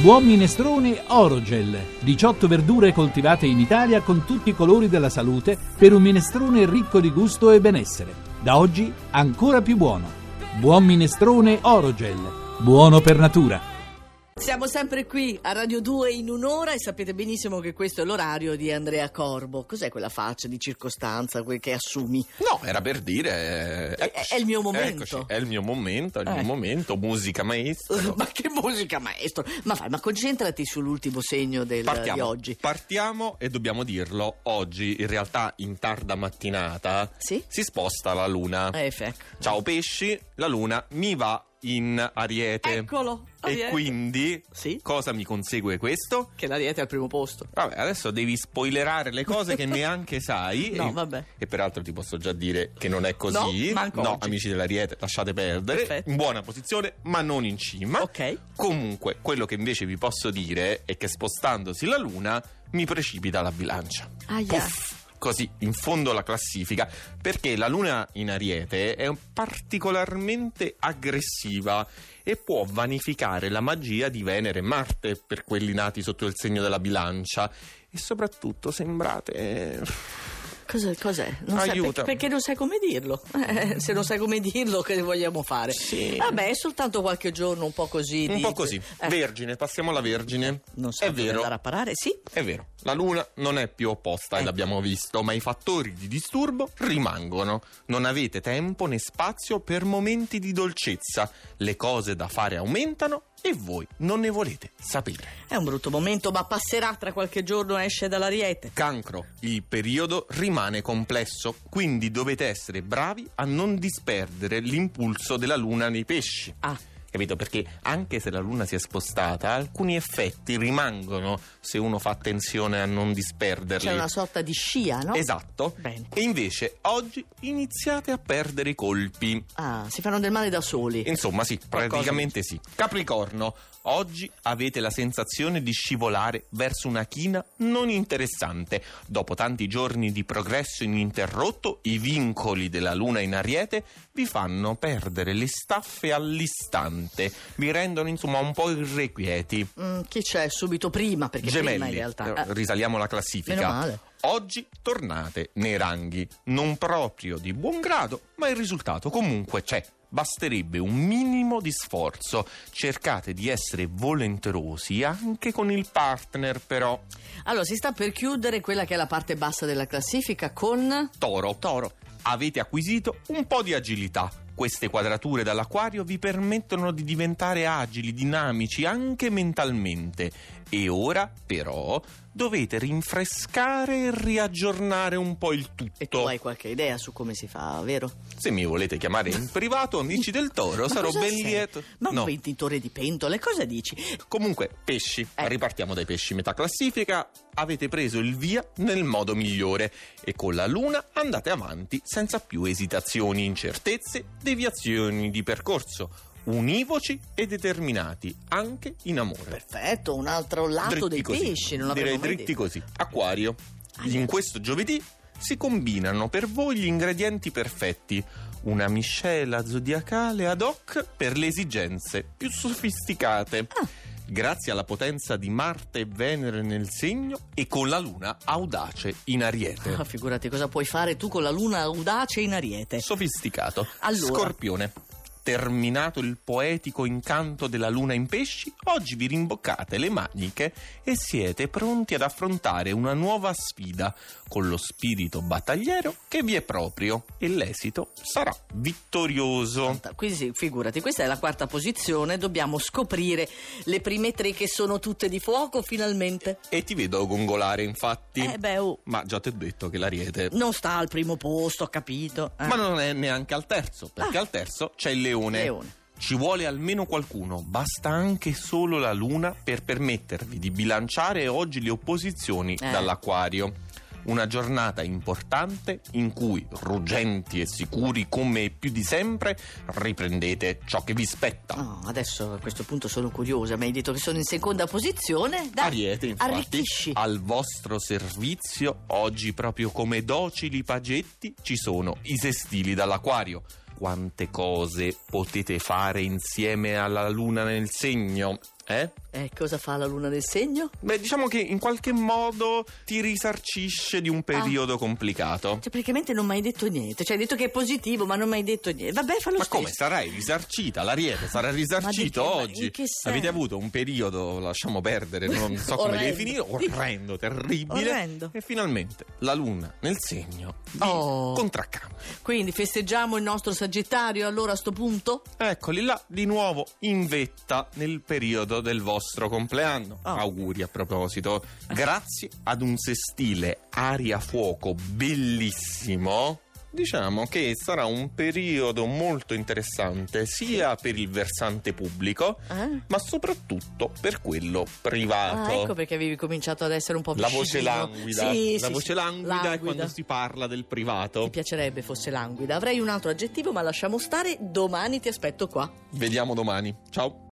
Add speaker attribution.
Speaker 1: Buon minestrone Orogel. 18 verdure coltivate in Italia con tutti i colori della salute per un minestrone ricco di gusto e benessere. Da oggi ancora più buono. Buon minestrone Orogel. Buono per natura.
Speaker 2: Siamo sempre qui a Radio 2 in un'ora e sapete benissimo che questo è l'orario di Andrea Corbo. Cos'è quella faccia di circostanza quel che assumi?
Speaker 3: No, era per dire. eh,
Speaker 2: È-
Speaker 3: eccoci,
Speaker 2: è il mio momento.
Speaker 3: eccoci, è il mio momento, è il
Speaker 2: Eh.
Speaker 3: mio momento. Musica maestro.
Speaker 2: ma che musica, maestro! Ma vai, ma concentrati sull'ultimo segno del- di
Speaker 3: Partiamo,
Speaker 2: oggi.
Speaker 3: partiamo e dobbiamo dirlo. Oggi, in realtà, in tarda mattinata
Speaker 2: Sì?
Speaker 3: si sposta la luna.
Speaker 2: Eh, fec.
Speaker 3: Ciao pesci, la luna mi va in ariete.
Speaker 2: Eccolo!
Speaker 3: E
Speaker 2: Ariete.
Speaker 3: quindi
Speaker 2: Sì?
Speaker 3: cosa mi consegue questo?
Speaker 2: Che l'ariete è al primo posto.
Speaker 3: Vabbè, adesso devi spoilerare le cose che neanche sai.
Speaker 2: No,
Speaker 3: e,
Speaker 2: vabbè.
Speaker 3: E peraltro ti posso già dire che non è così.
Speaker 2: No, manco
Speaker 3: no
Speaker 2: oggi.
Speaker 3: amici dell'Ariete, lasciate perdere.
Speaker 2: Perfetto.
Speaker 3: In buona posizione, ma non in cima.
Speaker 2: Ok.
Speaker 3: Comunque, quello che invece vi posso dire è che spostandosi la Luna mi precipita la bilancia.
Speaker 2: Aia.
Speaker 3: Puff, Così, in fondo alla classifica, perché la luna in ariete è un- particolarmente aggressiva e può vanificare la magia di Venere e Marte per quelli nati sotto il segno della bilancia. E soprattutto sembrate.
Speaker 2: Cos'è? cos'è? Non sai-
Speaker 3: Aiuto.
Speaker 2: perché- perché non sai come dirlo. Eh, se non sai come dirlo, che vogliamo fare?
Speaker 3: Sì.
Speaker 2: Vabbè, è soltanto qualche giorno un po' così.
Speaker 3: Un
Speaker 2: di-
Speaker 3: po' così.
Speaker 2: Eh,
Speaker 3: Vergine, passiamo alla Vergine.
Speaker 2: non so
Speaker 3: è
Speaker 2: dove
Speaker 3: vero.
Speaker 2: andare a parare, sì.
Speaker 3: È vero, la Luna non è più opposta, e
Speaker 2: Ecco.
Speaker 3: l'abbiamo visto, ma i fattori di disturbo rimangono. Non avete tempo né spazio per momenti di dolcezza. Le cose da fare aumentano e voi non ne volete sapere.
Speaker 2: È un brutto momento, ma passerà tra qualche giorno esce dall'ariete.
Speaker 3: Cancro, il periodo rimane complesso, quindi dovete essere bravi a non disperdere l'impulso della Luna nei pesci.
Speaker 2: Ah,
Speaker 3: Capito? Perché anche se la luna si è spostata, alcuni effetti rimangono se uno fa attenzione a non disperderli.
Speaker 2: c'è una sorta di scia, no?
Speaker 3: Esatto.
Speaker 2: Bene.
Speaker 3: E invece oggi iniziate a perdere i colpi.
Speaker 2: Ah, si fanno del male da soli.
Speaker 3: Insomma, sì,
Speaker 2: Qualcosa
Speaker 3: praticamente sì. Capricorno, oggi avete la sensazione di scivolare verso una china non interessante. Dopo tanti giorni di progresso ininterrotto, i vincoli della luna in ariete vi fanno perdere le staffe all'istante, vi rendono insomma un po' irrequieti.
Speaker 2: Mm, chi c'è subito prima? Perché prima
Speaker 3: Gemelli,
Speaker 2: in realtà.
Speaker 3: Eh,
Speaker 2: eh,
Speaker 3: risaliamo la
Speaker 2: meno
Speaker 3: classifica.
Speaker 2: male.
Speaker 3: Oggi tornate nei ranghi, non proprio di buon grado, ma il risultato comunque c'è. Basterebbe un minimo di sforzo. Cercate di essere volenterosi anche con il partner, però.
Speaker 2: Allora, si sta per chiudere quella che è la parte bassa della classifica con.
Speaker 3: Toro, toro, avete acquisito un po' di agilità. Queste quadrature dall'acquario vi permettono di diventare agili, dinamici anche mentalmente. E ora, però, dovete rinfrescare e riaggiornare un po' il tutto.
Speaker 2: E tu hai qualche idea su come si fa, vero?
Speaker 3: Se mi volete chiamare in privato, amici del toro,
Speaker 2: Ma
Speaker 3: sarò
Speaker 2: cosa
Speaker 3: ben
Speaker 2: sei?
Speaker 3: lieto.
Speaker 2: Ma un
Speaker 3: No.
Speaker 2: pentitore di pentole, cosa dici?
Speaker 3: Comunque, pesci,
Speaker 2: Eh.
Speaker 3: ripartiamo dai pesci metà classifica, avete preso il via nel modo migliore e con la luna andate avanti senza più esitazioni, incertezze, deviazioni di percorso, univoci e determinati anche in amore.
Speaker 2: Perfetto, un altro lato
Speaker 3: Dritti
Speaker 2: dei
Speaker 3: così.
Speaker 2: pesci, non
Speaker 3: Direi
Speaker 2: l'avevo mai detto.
Speaker 3: dritti
Speaker 2: Ah,
Speaker 3: così. Acquario. In questo giovedì si combinano per voi gli ingredienti perfetti. Una miscela zodiacale ad hoc per le esigenze più sofisticate.
Speaker 2: Ah.
Speaker 3: Grazie alla potenza di Marte e Venere nel segno e con la Luna audace in
Speaker 2: Ah,
Speaker 3: ariete.
Speaker 2: figurati cosa puoi fare tu con la luna audace in ariete.
Speaker 3: Sofisticato.
Speaker 2: Eh. Allora.
Speaker 3: Scorpione. Terminato il poetico incanto della luna in pesci, oggi vi rimboccate le maniche e siete pronti ad affrontare una nuova sfida con lo spirito battagliero che vi è proprio e l'esito sarà vittorioso.
Speaker 2: Quindi sì, figurati, questa è la quarta posizione, dobbiamo scoprire le prime tre che sono tutte di fuoco finalmente.
Speaker 3: E ti vedo gongolare, infatti.
Speaker 2: Eh beh, oh,
Speaker 3: Ma già ti ho detto che l'ariete.
Speaker 2: non sta al primo posto, ho capito. eh.
Speaker 3: Ma non è neanche al terzo, perché
Speaker 2: Ah.
Speaker 3: al terzo c'è il leone.
Speaker 2: Leone.
Speaker 3: Ci vuole almeno qualcuno, basta anche solo la luna per permettervi di bilanciare oggi le opposizioni
Speaker 2: Eh.
Speaker 3: dall'acquario. Una giornata importante in cui, ruggenti e sicuri come più di sempre, riprendete ciò che vi spetta.
Speaker 2: No, adesso a questo punto sono curiosa, mi hai detto che sono in seconda posizione. Dai,
Speaker 3: Ariete, infatti,
Speaker 2: arricchisci.
Speaker 3: al vostro servizio, oggi proprio come docili pagetti, ci sono i sestili dall'acquario. Quante cose potete fare insieme alla luna nel segno? Eh?
Speaker 2: Eh, cosa fa la luna nel segno?
Speaker 3: Beh, diciamo che in qualche modo ti risarcisce di un
Speaker 2: Ah.
Speaker 3: periodo complicato.
Speaker 2: Cioè, praticamente non mi hai detto niente. Cioè, hai detto che è positivo, ma non mi hai detto niente. Vabbè, fallo
Speaker 3: Ma
Speaker 2: stesso.
Speaker 3: come sarai risarcita? L'ariete sarà risarcito
Speaker 2: Ma di che- ma in
Speaker 3: oggi.
Speaker 2: che senso?
Speaker 3: Avete avuto un periodo, lasciamo perdere, non so come
Speaker 2: Orrendo.
Speaker 3: definire, orrendo, terribile.
Speaker 2: Orrendo.
Speaker 3: E finalmente la luna nel segno di
Speaker 2: Oh.
Speaker 3: contraccambio.
Speaker 2: Quindi festeggiamo il nostro Sagittario allora a sto punto?
Speaker 3: Eccoli là, di nuovo in vetta nel periodo del vostro compleanno.
Speaker 2: Oh.
Speaker 3: Auguri a proposito. Grazie ad un sestile aria-fuoco bellissimo. Diciamo che sarà un periodo molto interessante sia per il versante pubblico,
Speaker 2: Eh?
Speaker 3: ma soprattutto per quello
Speaker 2: Ah,
Speaker 3: privato.
Speaker 2: ecco perché avevi cominciato ad essere un po'
Speaker 3: la voce
Speaker 2: vicino.
Speaker 3: languida,
Speaker 2: Sì,
Speaker 3: la
Speaker 2: sì,
Speaker 3: voce
Speaker 2: sì,
Speaker 3: languida, è quando si parla del privato.
Speaker 2: Mi piacerebbe fosse languida. Avrei un altro aggettivo, ma lasciamo stare. Domani ti aspetto qua.
Speaker 3: Vediamo domani. Ciao.